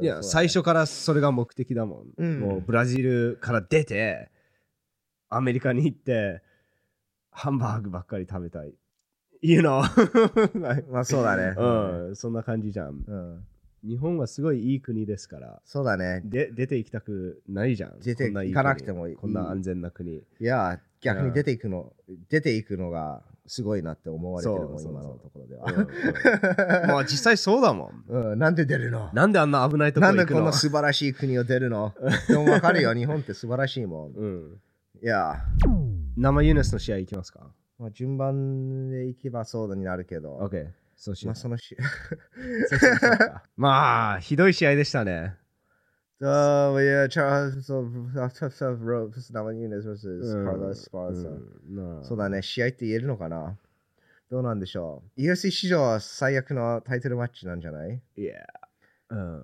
Speaker 2: いや、最初からそれが目的だもん、
Speaker 1: うん
Speaker 2: もうブラジルから出てアメリカに行ってハンバーグばっかり食べたい You know [laughs]
Speaker 1: まあそうだね。
Speaker 2: うん、そんな感じじゃん
Speaker 1: うん。
Speaker 2: 日本はすごいいい国ですから
Speaker 1: そうだね。
Speaker 2: で出て行きたくないじゃん。
Speaker 1: 出て
Speaker 2: こんいい
Speaker 1: 行かなくてもいい
Speaker 2: 国こんな安全な国。
Speaker 1: いや、逆
Speaker 2: う
Speaker 1: に
Speaker 2: ん
Speaker 1: 出ていくの、出ていくのがすごいなって思われてるもん、
Speaker 2: そう
Speaker 1: 今
Speaker 2: そう
Speaker 1: のところで
Speaker 2: うん
Speaker 1: は。
Speaker 2: うん
Speaker 1: [laughs]
Speaker 2: まあ実際そうだもん。
Speaker 1: うん、なんで出るの
Speaker 2: なんであんな危ないとこ
Speaker 1: な
Speaker 2: ろ
Speaker 1: ん
Speaker 2: に行
Speaker 1: で
Speaker 2: く
Speaker 1: こん
Speaker 2: の
Speaker 1: な素晴らしい国を出る
Speaker 2: [laughs]
Speaker 1: のでもわかるよ、日本って素晴らしいもん。
Speaker 2: うん、
Speaker 1: いや、
Speaker 2: 生ユネスの試合行きますか
Speaker 1: まあ、順番でいけばそうになるけど、
Speaker 2: ?OK。そうし
Speaker 1: ま
Speaker 2: ま
Speaker 1: あ
Speaker 2: す。
Speaker 1: そのし、
Speaker 2: そうしましょ
Speaker 1: [laughs]
Speaker 2: うかまあ、ひどい試合でしたね。
Speaker 1: So yeah, Charles so, so, so, Ropes, Naman Yunus versus
Speaker 2: うん
Speaker 1: Carlos Sparza、
Speaker 2: うん
Speaker 1: そうだね、試合って言えるのかなどうなんでしょう ?UFC 史上最悪のタイトルマッチなんじゃない
Speaker 2: いや。うん。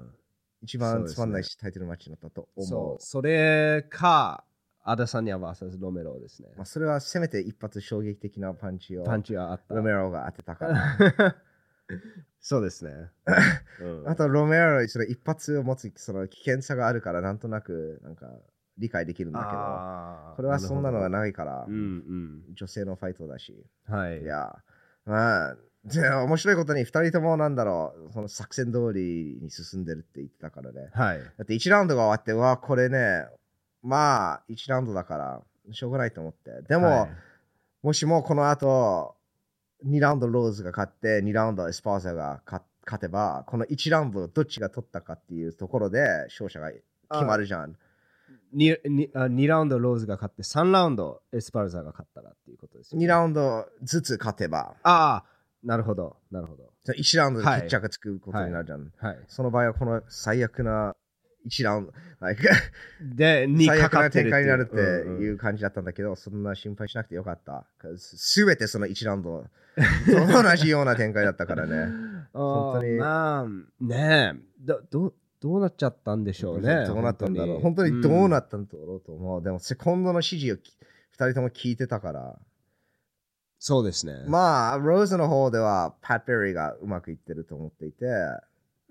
Speaker 1: 一番
Speaker 2: そうですね
Speaker 1: つまんないし、タイトルマッチだったと思
Speaker 2: そうう。。それか、アダサニア VS ロメロですね
Speaker 1: ま。あ、それはせめて一発衝撃的なパンチを
Speaker 2: パンチはあった
Speaker 1: ロ。メロが当てたから。
Speaker 2: [laughs] そ
Speaker 1: [laughs]
Speaker 2: うですね。うん
Speaker 1: あとロメロ、それ一発を持つその危険さがあるから、なんとなくなんか理解できるんだけど、
Speaker 2: あー
Speaker 1: これはそんなのが
Speaker 2: る
Speaker 1: ないから
Speaker 2: ほど、うん
Speaker 1: 女性のファイトだし。
Speaker 2: うん。はい。
Speaker 1: いや、まあ、で面白いことに2人ともなんだろう、その作戦通りに進んでるって言ってたからね。
Speaker 2: はい。
Speaker 1: だって1ラウンドが終わって、うわ、これね、まあ、1ラウンドだから、しょうがないと思って。でも、
Speaker 2: はい
Speaker 1: もしもこの後、2ラウンドローズが勝って、2ラウンドエスパーザが勝勝てば、この1ラウンドをどっちが取ったかっていうところで、勝者が決まるじゃん。
Speaker 2: ににあ2ラウンドローズが勝って3ラウンドエスパルザが勝ったらっていうことですよ、
Speaker 1: 2ラウンドずつ勝てば、
Speaker 2: ああ、なるほど、なるほど。
Speaker 1: 1ラウンドで決着がつくことになるじゃん。
Speaker 2: はい、
Speaker 1: その場合はこの最悪な一覧、like
Speaker 2: [laughs] で、2
Speaker 1: 最
Speaker 2: か
Speaker 1: 悪
Speaker 2: か
Speaker 1: な
Speaker 2: ってる
Speaker 1: 展
Speaker 2: っ
Speaker 1: 開
Speaker 2: てい
Speaker 1: に
Speaker 2: う
Speaker 1: なるって
Speaker 2: うん
Speaker 1: いううん感じだったんだけど、そんな心配しなくてよかった。すべてその一覧と同じような展開だったからね。
Speaker 2: [laughs] あー
Speaker 1: 本当に
Speaker 2: まあ、ねえどどう、どうなっちゃったんでしょうね。
Speaker 1: どうなったんだろう。本当にどうな
Speaker 2: っ
Speaker 1: ったんだろうと思う。でも、セコンドの指示をき二人とも聞いてたから。
Speaker 2: そうですね。
Speaker 1: まあ、ローズの方では、パット・ベリーがうまくいってると思っていて、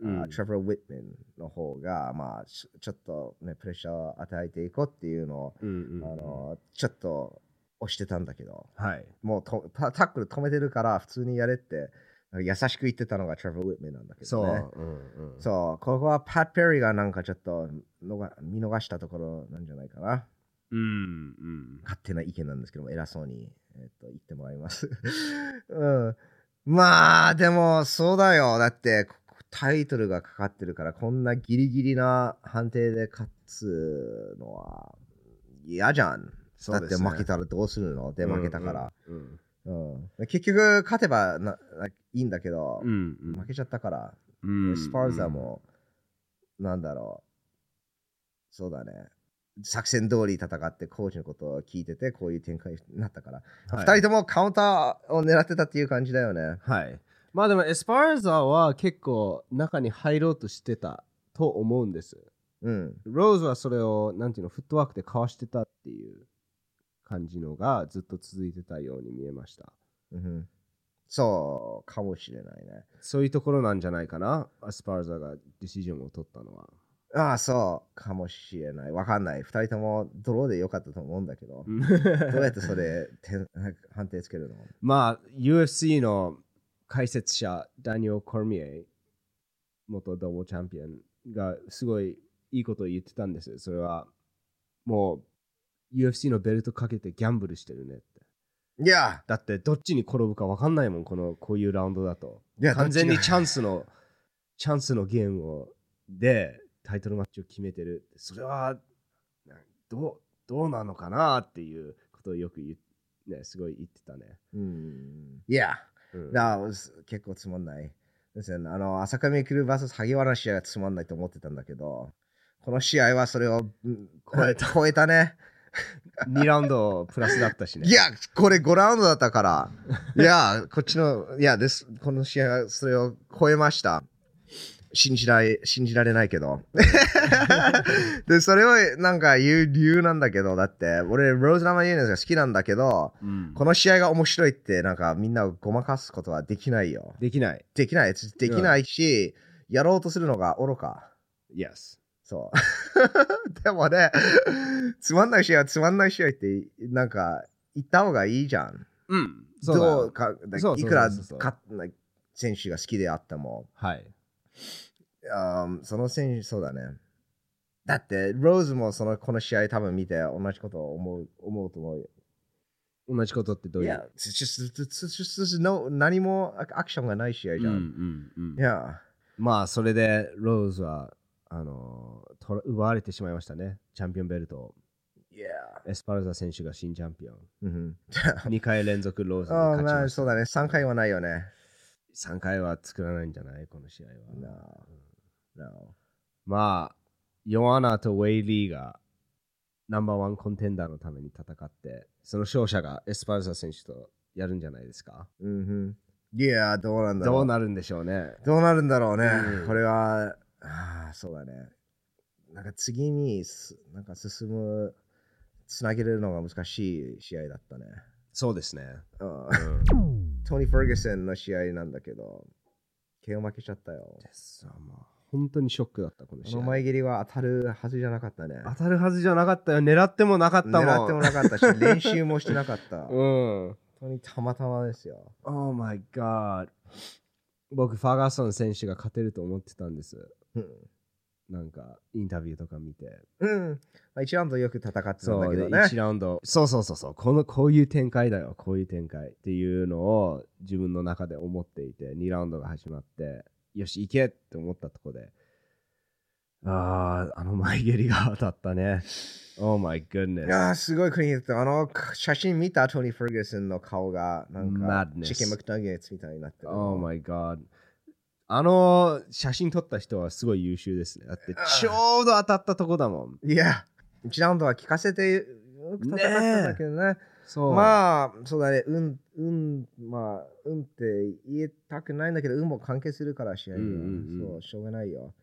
Speaker 2: うん
Speaker 1: あトレバー・ウィットマンの方が、まあ、ちょちょっとね、プレッシャーを与えていこうっていうのを、
Speaker 2: うんうん
Speaker 1: あのちょっとをしてたんだけど、
Speaker 2: はい。
Speaker 1: もうとタタックル止めてるから普通にやれってなんか優しく言ってたのがトレバー・ウィッメンなんだけ
Speaker 2: そ
Speaker 1: ど
Speaker 2: う。
Speaker 1: ね。
Speaker 2: うんうん
Speaker 1: そう、ここはパット・ペリーがなんかちょっとのが見逃したところなんじゃないかな。
Speaker 2: うんうん。
Speaker 1: 勝手な意見なんですけども、偉そうに、えっと言ってもらいます。 [laughs] うん、まあ、でも、そうだよ。だって、こタイトルがかかってるから、こんなギリギリな判定で勝つのは嫌じゃん。
Speaker 2: そう
Speaker 1: だっ
Speaker 2: で
Speaker 1: て
Speaker 2: すね
Speaker 1: 負けたらどうするので負けたから、。
Speaker 2: うん
Speaker 1: うん結局、勝てばなないいんだけど、
Speaker 2: うんうん。
Speaker 1: 負けちゃったから、
Speaker 2: うんうん
Speaker 1: スパルザも、なんだろう、そうだね、作戦通り戦って、コーチのことを聞いてて、こういう展開になったから、二
Speaker 2: はい
Speaker 1: 2人ともカウンターを狙ってたっていう感じだよね。
Speaker 2: はい。まあでもエスパルザは結構中に入ろうとしてたと思うんです。
Speaker 1: うん、
Speaker 2: ローズはそれをなんていうのフットワークでかわしてたっていう感じのがずっと続いてたように見えました。
Speaker 1: うん、そうかもしれないね。
Speaker 2: そういうところなんじゃないかな、エスパルザがディシジョンを取ったのは。
Speaker 1: ああ、そうかもしれない。わかんない。2人ともドローでよかったと思うんだけど、どうやってそれ点判定つけるの
Speaker 2: まあ、UFC の解説者、ダニオ・コルミエ、元ドボチャンピオンがすごいいいことを言ってたんですよ。それは、もう UFC のベルトかけてギャンブルしてるねって。
Speaker 1: いや、
Speaker 2: だって、どっちに転ぶか分かんないもん、このこういうラウンドだと。
Speaker 1: いや
Speaker 2: 完全
Speaker 1: どっ
Speaker 2: に
Speaker 1: ちが
Speaker 2: チャンスの、チャンスのゲームをでタイトルマッチを決めてる。それは、などう、どうなのかなっていうことをよく言う、ね、すごい言ってたね。
Speaker 1: うん、いや。
Speaker 2: うん
Speaker 1: なあ結構つまんない。ですよね。あの、浅上くる VS 萩原の試合はつまんないと思ってたんだけど、この試合はそれをうん超
Speaker 2: 超
Speaker 1: え
Speaker 2: え
Speaker 1: た超えたね。
Speaker 2: 2ラウンドプラスだったしね。
Speaker 1: いや、これ5ラウンドだったから。いや、こっちの、いや、ですこの試合はそれを超えました。信じられ、信じられないけど。で、それをなんか言う理由なんだけど、だって、俺、ローズ・ラマ・ユーネスが好きなんだけど、
Speaker 2: うん、
Speaker 1: この試合が面白いって、なんかみんなをごまかすことはできないよ。
Speaker 2: できない。
Speaker 1: できない。できないし、やろうとするのが愚か。
Speaker 2: Yes。
Speaker 1: そう。でもね、つまんない試合はつまんない試合って、なんか、言った方がいいじゃん。
Speaker 2: うん。そうだよ
Speaker 1: どうか、だ
Speaker 2: そうそう
Speaker 1: い
Speaker 2: そう
Speaker 1: くら
Speaker 2: そうそう
Speaker 1: 勝った選手が好きであっても、
Speaker 2: はい。
Speaker 1: あーその選手、そうだね。だって、ローズもそのこの試合多分見て同じことを思う思うと思うよ。
Speaker 2: 同じことってどう
Speaker 1: い
Speaker 2: いう。
Speaker 1: や、it's just- it's just- it's just no- 何もアクションがない試合
Speaker 2: うん
Speaker 1: じ
Speaker 2: う
Speaker 1: ゃん。
Speaker 2: んうん
Speaker 1: いや、
Speaker 2: まあ、それで、ローズは、あのーとら奪われてしまいましたね。チャンピオンベルトを。
Speaker 1: いや。
Speaker 2: エスパルザ選手が新チャ
Speaker 1: [laughs]
Speaker 2: ンピオン。
Speaker 1: うん
Speaker 2: 2回連続ローズに
Speaker 1: ああ、
Speaker 2: 勝ち
Speaker 1: ま
Speaker 2: ま
Speaker 1: あ、
Speaker 2: し
Speaker 1: そうだね。3回はないよね。
Speaker 2: た。3回は作らないんじゃないこの試合は。
Speaker 1: No. No.
Speaker 2: まあ、ヨアナとウェイリーがナンバーワンコンテンダーのために戦って、その勝者がエスパルサ選手とやるんじゃないですか。
Speaker 1: うんうん。いや、どうなんだろう。
Speaker 2: どうなるんでしょうね。
Speaker 1: どうなるんだろうね。
Speaker 2: うん
Speaker 1: これは、ああ、そうだね。なんか次にす、なんか進む、つなげるのが難しい試合だったね。
Speaker 2: そうですね。
Speaker 1: うん
Speaker 2: [laughs] うん、
Speaker 1: トニー・フェルゲセンの試合なんだけど、KO 負けちゃったよ。
Speaker 2: ですまあ本当にショックだった、この
Speaker 1: こ
Speaker 2: 試
Speaker 1: の
Speaker 2: 合。
Speaker 1: 前蹴りは当たるはずじゃなかったね。
Speaker 2: 当たるはずじゃなかったよ。狙ってもなかったもん。
Speaker 1: 狙ってもなかったし、練習もしてなかった。本
Speaker 2: [laughs] うん。
Speaker 1: 当にたまたまですよ。
Speaker 2: Oh my god。僕、ファーガーソン選手が勝てると思ってたんです。
Speaker 1: うん
Speaker 2: なんか、インタビューとか見て。
Speaker 1: うん。まあ、1ラウンドよく戦ってたん
Speaker 2: そ
Speaker 1: だ
Speaker 2: う
Speaker 1: け
Speaker 2: で
Speaker 1: どね。
Speaker 2: 1ラウンドそうそうそうそうこのこういう展開だよこういう展開っていうのを自分の中で思っていて2ラウンドが始まってよし行けって思ったとこであああの前蹴りが当たった [laughs] ね Oh my
Speaker 1: いや
Speaker 2: goodness
Speaker 1: ーすごい国だった。あのか写真見たトニー・フェルゲスンの顔がなんか
Speaker 2: Madness
Speaker 1: チキン・マクナゲッツみたいになってる。
Speaker 2: Oh my god あの写真撮った人はすごい優秀ですねだってちょうど当たったとこだもん
Speaker 1: いや、1ラウンドは効かせてよく戦ったんだけどね。
Speaker 2: そう、
Speaker 1: まあ、そうだね、うん、うん、まあ、うんって言いたくないんだけど、運も関係するから試合には、
Speaker 2: うんうんうん
Speaker 1: そう、しょうがないよ。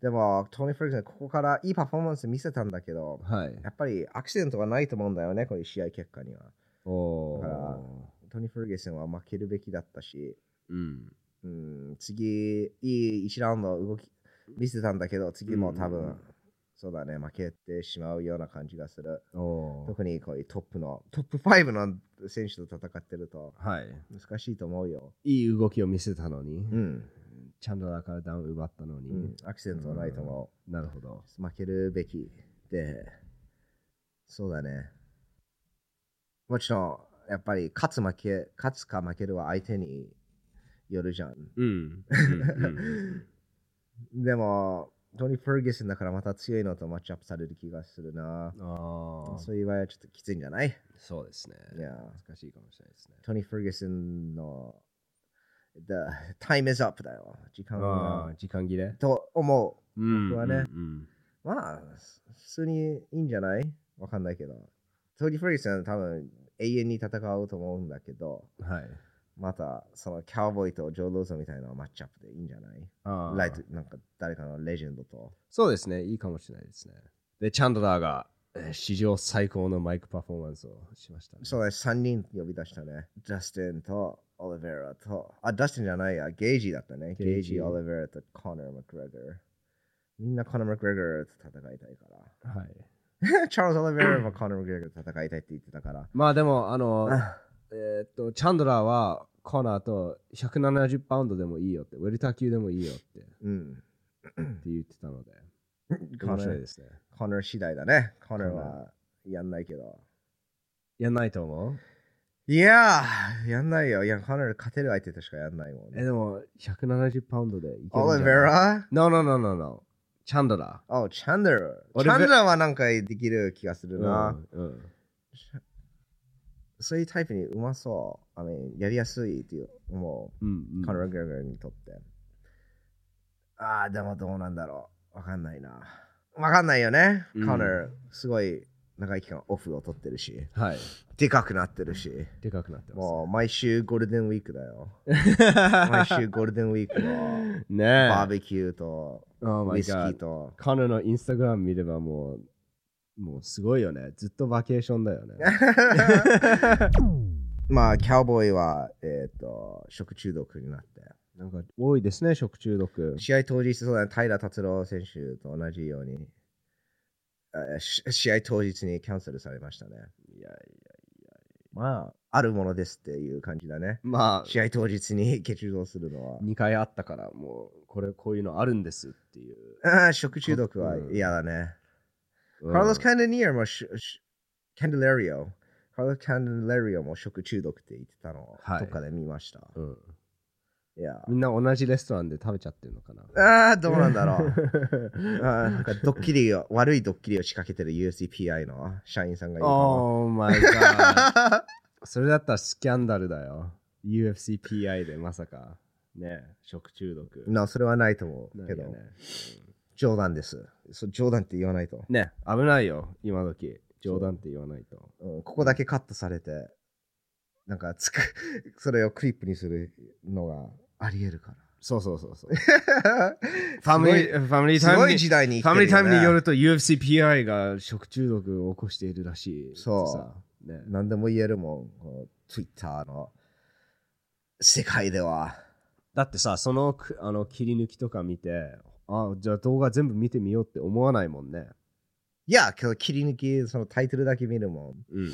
Speaker 1: でも、トニー・フェルゲスン、ここからいいパフォーマンス見せたんだけど、
Speaker 2: はい
Speaker 1: やっぱりアクセントはないと思うんだよね、こういう試合結果には。
Speaker 2: おー
Speaker 1: だからトニー・フェルゲスンは負けるべきだったし、
Speaker 2: うん
Speaker 1: うん、次、いい1ラウンド動き見せたんだけど、次も多分、
Speaker 2: うん
Speaker 1: そうだね、負けてしまうような感じがする。
Speaker 2: おー
Speaker 1: 特にこういうトップの、トップ5の選手と戦ってると
Speaker 2: はい。
Speaker 1: 難しいと思うよ。
Speaker 2: いい動きを見せたのに、
Speaker 1: うん。
Speaker 2: チャンドラーからダウン奪ったのに、
Speaker 1: うん、アクセントはないと思
Speaker 2: なるほど。
Speaker 1: う。負けるべきで、そうだね。もちろん、やっぱり勝つ負け、勝つか負けるは相手によるじゃん。
Speaker 2: うん。うんうん
Speaker 1: でも、トニー・フェルゲスンだからまた強いのとマッチアップされる気がするな。
Speaker 2: [laughs] ああ、
Speaker 1: そういう場合はちょっときついんじゃない
Speaker 2: そうですね。
Speaker 1: いや
Speaker 2: 難しいかもしれないですね。
Speaker 1: トニー・フェルゲスンの The Time is up だよ。時間
Speaker 2: あ
Speaker 1: が
Speaker 2: あ、。時間切れ
Speaker 1: と思う。
Speaker 2: 僕
Speaker 1: 僕はね
Speaker 2: うん
Speaker 1: まあ、普通にいいんじゃないわかんないけど。トニー・フェルゲスンは多分永遠に戦うと思うんだけど、
Speaker 2: うんはい。
Speaker 1: またそのキャウボーイとジョー・ローザみたいなマッチアップでいいんじゃない
Speaker 2: ああ
Speaker 1: ライト、なんか誰かのレジェンドと。
Speaker 2: そうですね。いいかもしれないですね。で、チャンドラーが、えー史上最高のマイクパフォーマンスをしましたね。
Speaker 1: そうだね、3人呼び出したね。ジャスティンとオリベラと、あ、ジャスティンじゃないや、ゲイジーだったね。
Speaker 2: ゲイジー
Speaker 1: ゲイジー、オリベラとコナー・マクレガー。みんなコナー・マクレガーと戦いたい [laughs] か
Speaker 2: はい。
Speaker 1: ら。チャールズ・オリベラはコナー・マクレガーと戦いたいって言ってたから。
Speaker 2: まあでも、あの、
Speaker 1: あ
Speaker 2: えーっと、チャンドラーはコーナーと170パウンドでもいいよって、ウェルター級でもいいよってって
Speaker 1: うん。
Speaker 2: 言ってたので、
Speaker 1: コナ
Speaker 2: 面白い
Speaker 1: ー、
Speaker 2: ですね。
Speaker 1: コナー次第だね。コナー
Speaker 2: コナ
Speaker 1: はやんないけど。
Speaker 2: やんないと思う
Speaker 1: いやー、やんないよ。いや、コナー勝てる相手としかやんないもん、
Speaker 2: え、でも、170パウンドでいけるんじゃない
Speaker 1: オリベラ
Speaker 2: ?No, no, no, no, no. チャンドラ
Speaker 1: お、チャンダル。
Speaker 2: オ
Speaker 1: チ
Speaker 2: リベ
Speaker 1: ャンダルはなんかできる気がす
Speaker 2: ー。
Speaker 1: るな。
Speaker 2: うんうん
Speaker 1: [laughs] そういうタイプにうまそう。あのやりやすいっていう思
Speaker 2: うんう
Speaker 1: う。
Speaker 2: ん
Speaker 1: カナル・グレガーにとって。ああ、でもどうなんだろう。わかんないな。わかんないよね。
Speaker 2: うん
Speaker 1: カナル、すごい長い期間オフを取ってるし、
Speaker 2: はい。
Speaker 1: でかくなってるし、
Speaker 2: でかくなってます。
Speaker 1: もう毎週ゴールデンウィークだ
Speaker 2: [laughs]
Speaker 1: よ。毎週ゴールデンウィークの
Speaker 2: ねえ。
Speaker 1: バーベキューと、
Speaker 2: Oh
Speaker 1: ウ
Speaker 2: my
Speaker 1: イスキ
Speaker 2: god.
Speaker 1: ーと。
Speaker 2: カナのインスタグラム見ればもう、もうすごいよね。ずっとバケーションだ
Speaker 1: [laughs]
Speaker 2: よね。
Speaker 1: まあ、キャウボーイは、えっ、と、食中毒になって。
Speaker 2: なんか多いですね、食中毒。
Speaker 1: 試合当日、そうだね、平達郎選手と同じように、あし試合当日にキャンセルされましたね。
Speaker 2: いやいや
Speaker 1: まあ、あるものですっていう感じだね。
Speaker 2: まあ、
Speaker 1: 試合当日に欠場するのは。
Speaker 2: 2回あったから、もう、これ、こういうのあるんですっていう。
Speaker 1: あー食中毒は
Speaker 2: うん
Speaker 1: 嫌だね。
Speaker 2: うん
Speaker 1: カルロス・カンデニアもし、しキャンデレリオ、カルロス・キャンデレリオも食中毒って言ってたのを、
Speaker 2: はい
Speaker 1: どっかで見ました。
Speaker 2: うん
Speaker 1: いや。
Speaker 2: みんな同じレストランで食べちゃってるのかな。
Speaker 1: ああ、どうなんだろう。 [laughs] あ
Speaker 2: [laughs]
Speaker 1: ー
Speaker 2: う
Speaker 1: なんかドッキリを、悪いドッキリを仕掛けてる USCPI の社員さんがいるかも
Speaker 2: Oh my god.
Speaker 1: [laughs]
Speaker 2: それだったらスキャンダルだよ。UFCPI でまさか。ね食中毒。
Speaker 1: なそれはないと思うけど、
Speaker 2: ないよね
Speaker 1: 冗談ですそ冗談って言わないと、
Speaker 2: ね、危ないよ、今時。冗談って言わないと。
Speaker 1: うん、ここだけカットされてなんかつく [laughs] それをクリップにするのがありえるか
Speaker 2: そうそうそう
Speaker 1: [laughs]
Speaker 2: そう。
Speaker 1: ら
Speaker 2: [laughs] ファミリ
Speaker 1: す
Speaker 2: ー、ファミリー
Speaker 1: ごいすご
Speaker 2: タイム
Speaker 1: い時代に
Speaker 2: に、フ
Speaker 1: 生
Speaker 2: ァミリ
Speaker 1: き
Speaker 2: ー
Speaker 1: て
Speaker 2: タイ
Speaker 1: る
Speaker 2: ムに
Speaker 1: よ、
Speaker 2: よ
Speaker 1: ね、
Speaker 2: ると UFCPI が食中毒を起こしているらしい。
Speaker 1: そう
Speaker 2: さね、
Speaker 1: 何でも言えるもんこの Twitter の世界では
Speaker 2: だってさ、そのくあの切り抜きとか見て、あじゃあ動画全部見てみようって思わないもんね。
Speaker 1: いや今日切り抜きそのタイトルだけ見るもん
Speaker 2: うん。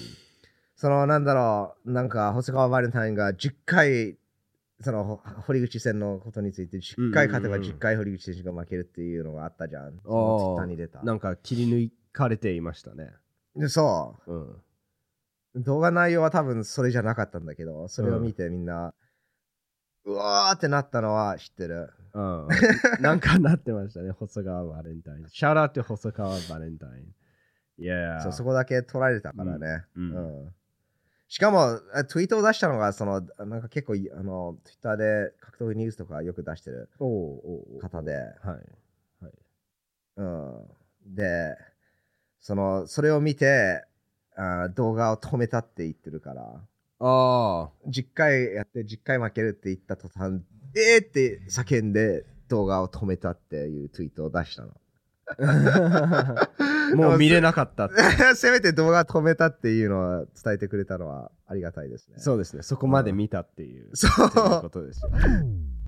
Speaker 1: そのなんだろうなんか細川バレンタインが10回そのほ堀口戦のことについて10回勝てば
Speaker 2: うんうんうんう
Speaker 1: 10
Speaker 2: ん
Speaker 1: 回堀口選手が負けるっていうのがあったじゃん。そ
Speaker 2: あー
Speaker 1: のツイッターに出た。
Speaker 2: なんか切り抜かれていましたね。
Speaker 1: でそ
Speaker 2: うん。
Speaker 1: う動画内容は多分それじゃなかったんだけどそれを見てみんな、うわーってなったのは知ってる。
Speaker 2: うん、なんかなってましたね、細川バレンタイン。シャラって細川バレンタイン。いや
Speaker 1: そうそこだけ取られたからね。
Speaker 2: うんうん
Speaker 1: うんしかもあツイートを出したのがそのなんか結構いあのツイッターで格闘技ニュースとかよく出してる
Speaker 2: おうおうおう
Speaker 1: 方で。
Speaker 2: はい。
Speaker 1: うん、でそのそれを見てあー動画を止めたって言ってるから
Speaker 2: ああ。
Speaker 1: 10回やって10回負けるって言った途端えーって叫んで動画を止めたっていうツイートを出したの
Speaker 2: [laughs] もう見れ
Speaker 1: な
Speaker 2: なかった [laughs] って。
Speaker 1: [laughs] せめて動画止めたっていうのを伝えてくれたのはありがたいですね
Speaker 2: そうですね。そこまで見たっていう。
Speaker 1: そ
Speaker 2: という
Speaker 1: う
Speaker 2: ことですよ。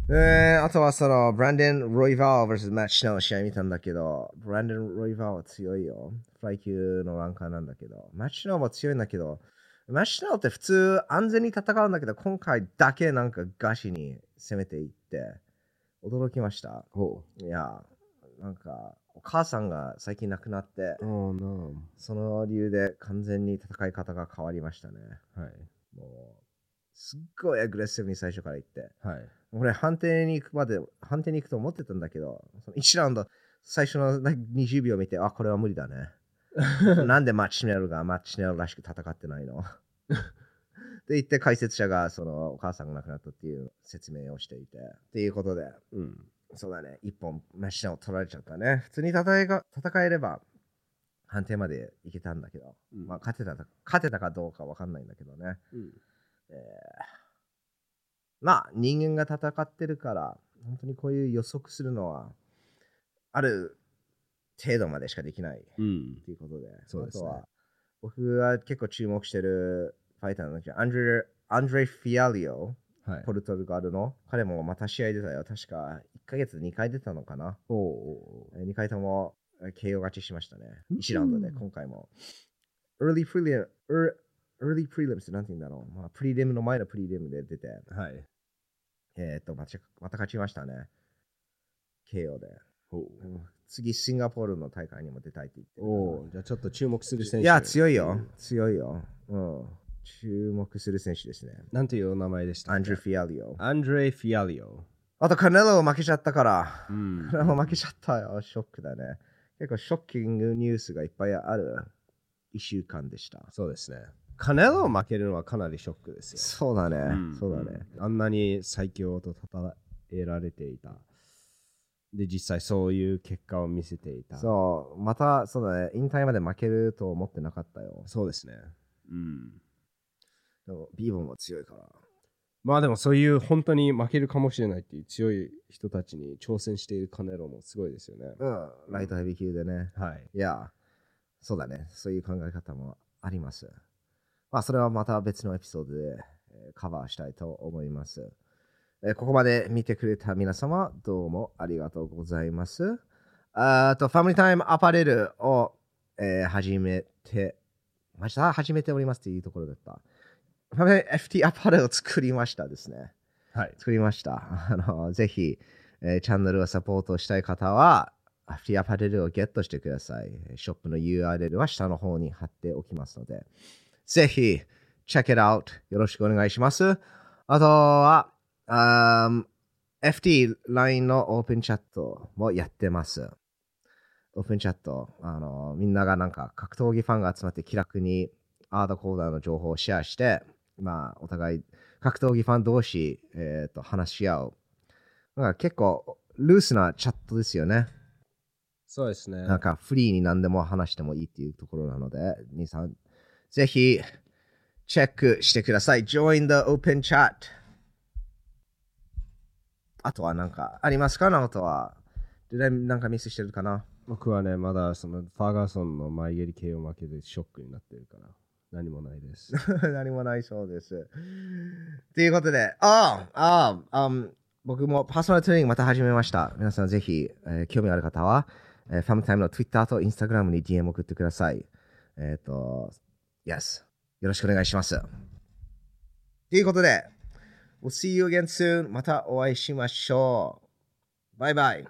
Speaker 1: えー、あとはその、ブランデン・ロイバー vs マッチの試合見たんだけど、ブランデン・ロイバーは強いよ。フライ級のランカーなんだけど、マッチナーも強いんだけど、マッチナーって普通安全に戦うんだけど、今回だけなんかガシに攻めていって、驚きました。
Speaker 2: ほ
Speaker 1: いや、なんか、お母さんが最近亡くなって
Speaker 2: う。、おーな
Speaker 1: その理由で完全に戦い方が変わりましたね。
Speaker 2: あはい。
Speaker 1: もう、すっごいアグレッシブに最初から言って。
Speaker 2: はい。
Speaker 1: 俺、判定に行くまで、判定に行くと思ってたんだけど、その1ラウンド、最初のなんか20秒見て、あ、これは無理だね。なんでマッチネルがマッチネルらしく戦ってないのって言って、解説者が、その、お母さんが亡くなったっていう説明をしていて。っていうことで、
Speaker 2: うん。
Speaker 1: そうだね、一本、マッチネルを取られちゃったね。普通に戦えが戦えれば、判定までいけたんだけど、まあ、勝てたか、勝てたかどうかわかんないんだけどね。
Speaker 2: うん、
Speaker 1: えーまあ人間が戦ってるから本当にこういう予測するのはある程度までしかできない
Speaker 2: うん。
Speaker 1: ということで
Speaker 2: そうですね
Speaker 1: あとは僕は結構注目してるファイターなんだけどアンドレ・アンドレフィアリオ
Speaker 2: はい。
Speaker 1: ポルトガルの彼もまた試合出たよ確か1ヶ月2回出たのかな
Speaker 2: おーお
Speaker 1: 2回ともえー KO 勝ちしましたね
Speaker 2: うん
Speaker 1: 1ラウンドで今回も Early Prelim Ear- Early Prelims ってなんて言うんだろう、まあ、プリレムの前のプリレムで出て
Speaker 2: ーおーはい。
Speaker 1: えっ、とまた、また勝ちましたね。KO で。
Speaker 2: おー
Speaker 1: 次、シンガポールの大会にも出たいって言ってるから
Speaker 2: おーじゃあちょっと注目する選手。
Speaker 1: いや、強いよ。強いよ。うん。注目する選手ですね。
Speaker 2: なんていうお名前でした
Speaker 1: アンドレ・フィアリオ。
Speaker 2: アンドレ・フィアリオ。
Speaker 1: あと、カネロ負けちゃったから。
Speaker 2: ん
Speaker 1: カネロ負けちゃったよ。ショックだね。結構ショッキングニュースがいっぱいある1週間でした。
Speaker 2: そうですね。カネロを負けるのはかなりショックですよ。
Speaker 1: そうだね。
Speaker 2: うん
Speaker 1: そうだね。。
Speaker 2: うんあんなに最強と戦えられていた。で、実際そういう結果を見せていた。う。
Speaker 1: そう、また、そうだね。引退まで負けると思ってなかったよ。
Speaker 2: そうですね。うん。
Speaker 1: でも、ビーボンも強いから。
Speaker 2: まあでもそういう本当に負けるかもしれないっていう強い人たちに挑戦しているカネロもすごいですよね。
Speaker 1: うん、ライトヘビー級でね。
Speaker 2: はい。
Speaker 1: いや、そうだね。そういう考え方もあります。まあ、それはまた別のエピソードで、えーカバーしたいと思います、えーここまで見てくれた皆様、どうもありがとうございます。あーと、ファミリータイムアパレルを、えー始めて、ました始めておりますっていうところだった。ファミリー FT アパレルを作りましたですね。
Speaker 2: はい。
Speaker 1: 作りました。 [laughs] あのぜひ、えーチャンネルをサポートしたい方は、アフリアパレルをゲットしてください。えーショップの URL は下の方に貼っておきますので、ぜひ、チェック it out よろしくお願いします。あとは、あー FT、LINE のオープンチャットもやってます。オープンチャット、あのみんながなんか格闘技ファンが集まって気楽にアードコーダーの情報をシェアして、まあ、お互い格闘技ファン同士、えー、と話し合う。なんか結構ルースなチャットですよね。
Speaker 2: そうですね。
Speaker 1: なんかフリーに何でも話してもいいっていうところなので、皆さん、ぜひチェックしてください。Join the open chat。あとはなんかありますかなとは。でなんかミスしてるかな
Speaker 2: 僕はね、まだそのファーガーソンの前蹴り系を負けてショックになってるから、何もないです。
Speaker 1: [laughs] 何もないそうです。ということで、ああ、ああ、うん僕もパーソナルトレーニングまた始めました。皆さんぜひ、えー興味ある方は、えーファムタイムの Twitter と Instagram に DM 送ってください。えっ、と、Yes。よろしくお願いします。ということで、We'll see you again soon. またお会いしましょう。バイバイ。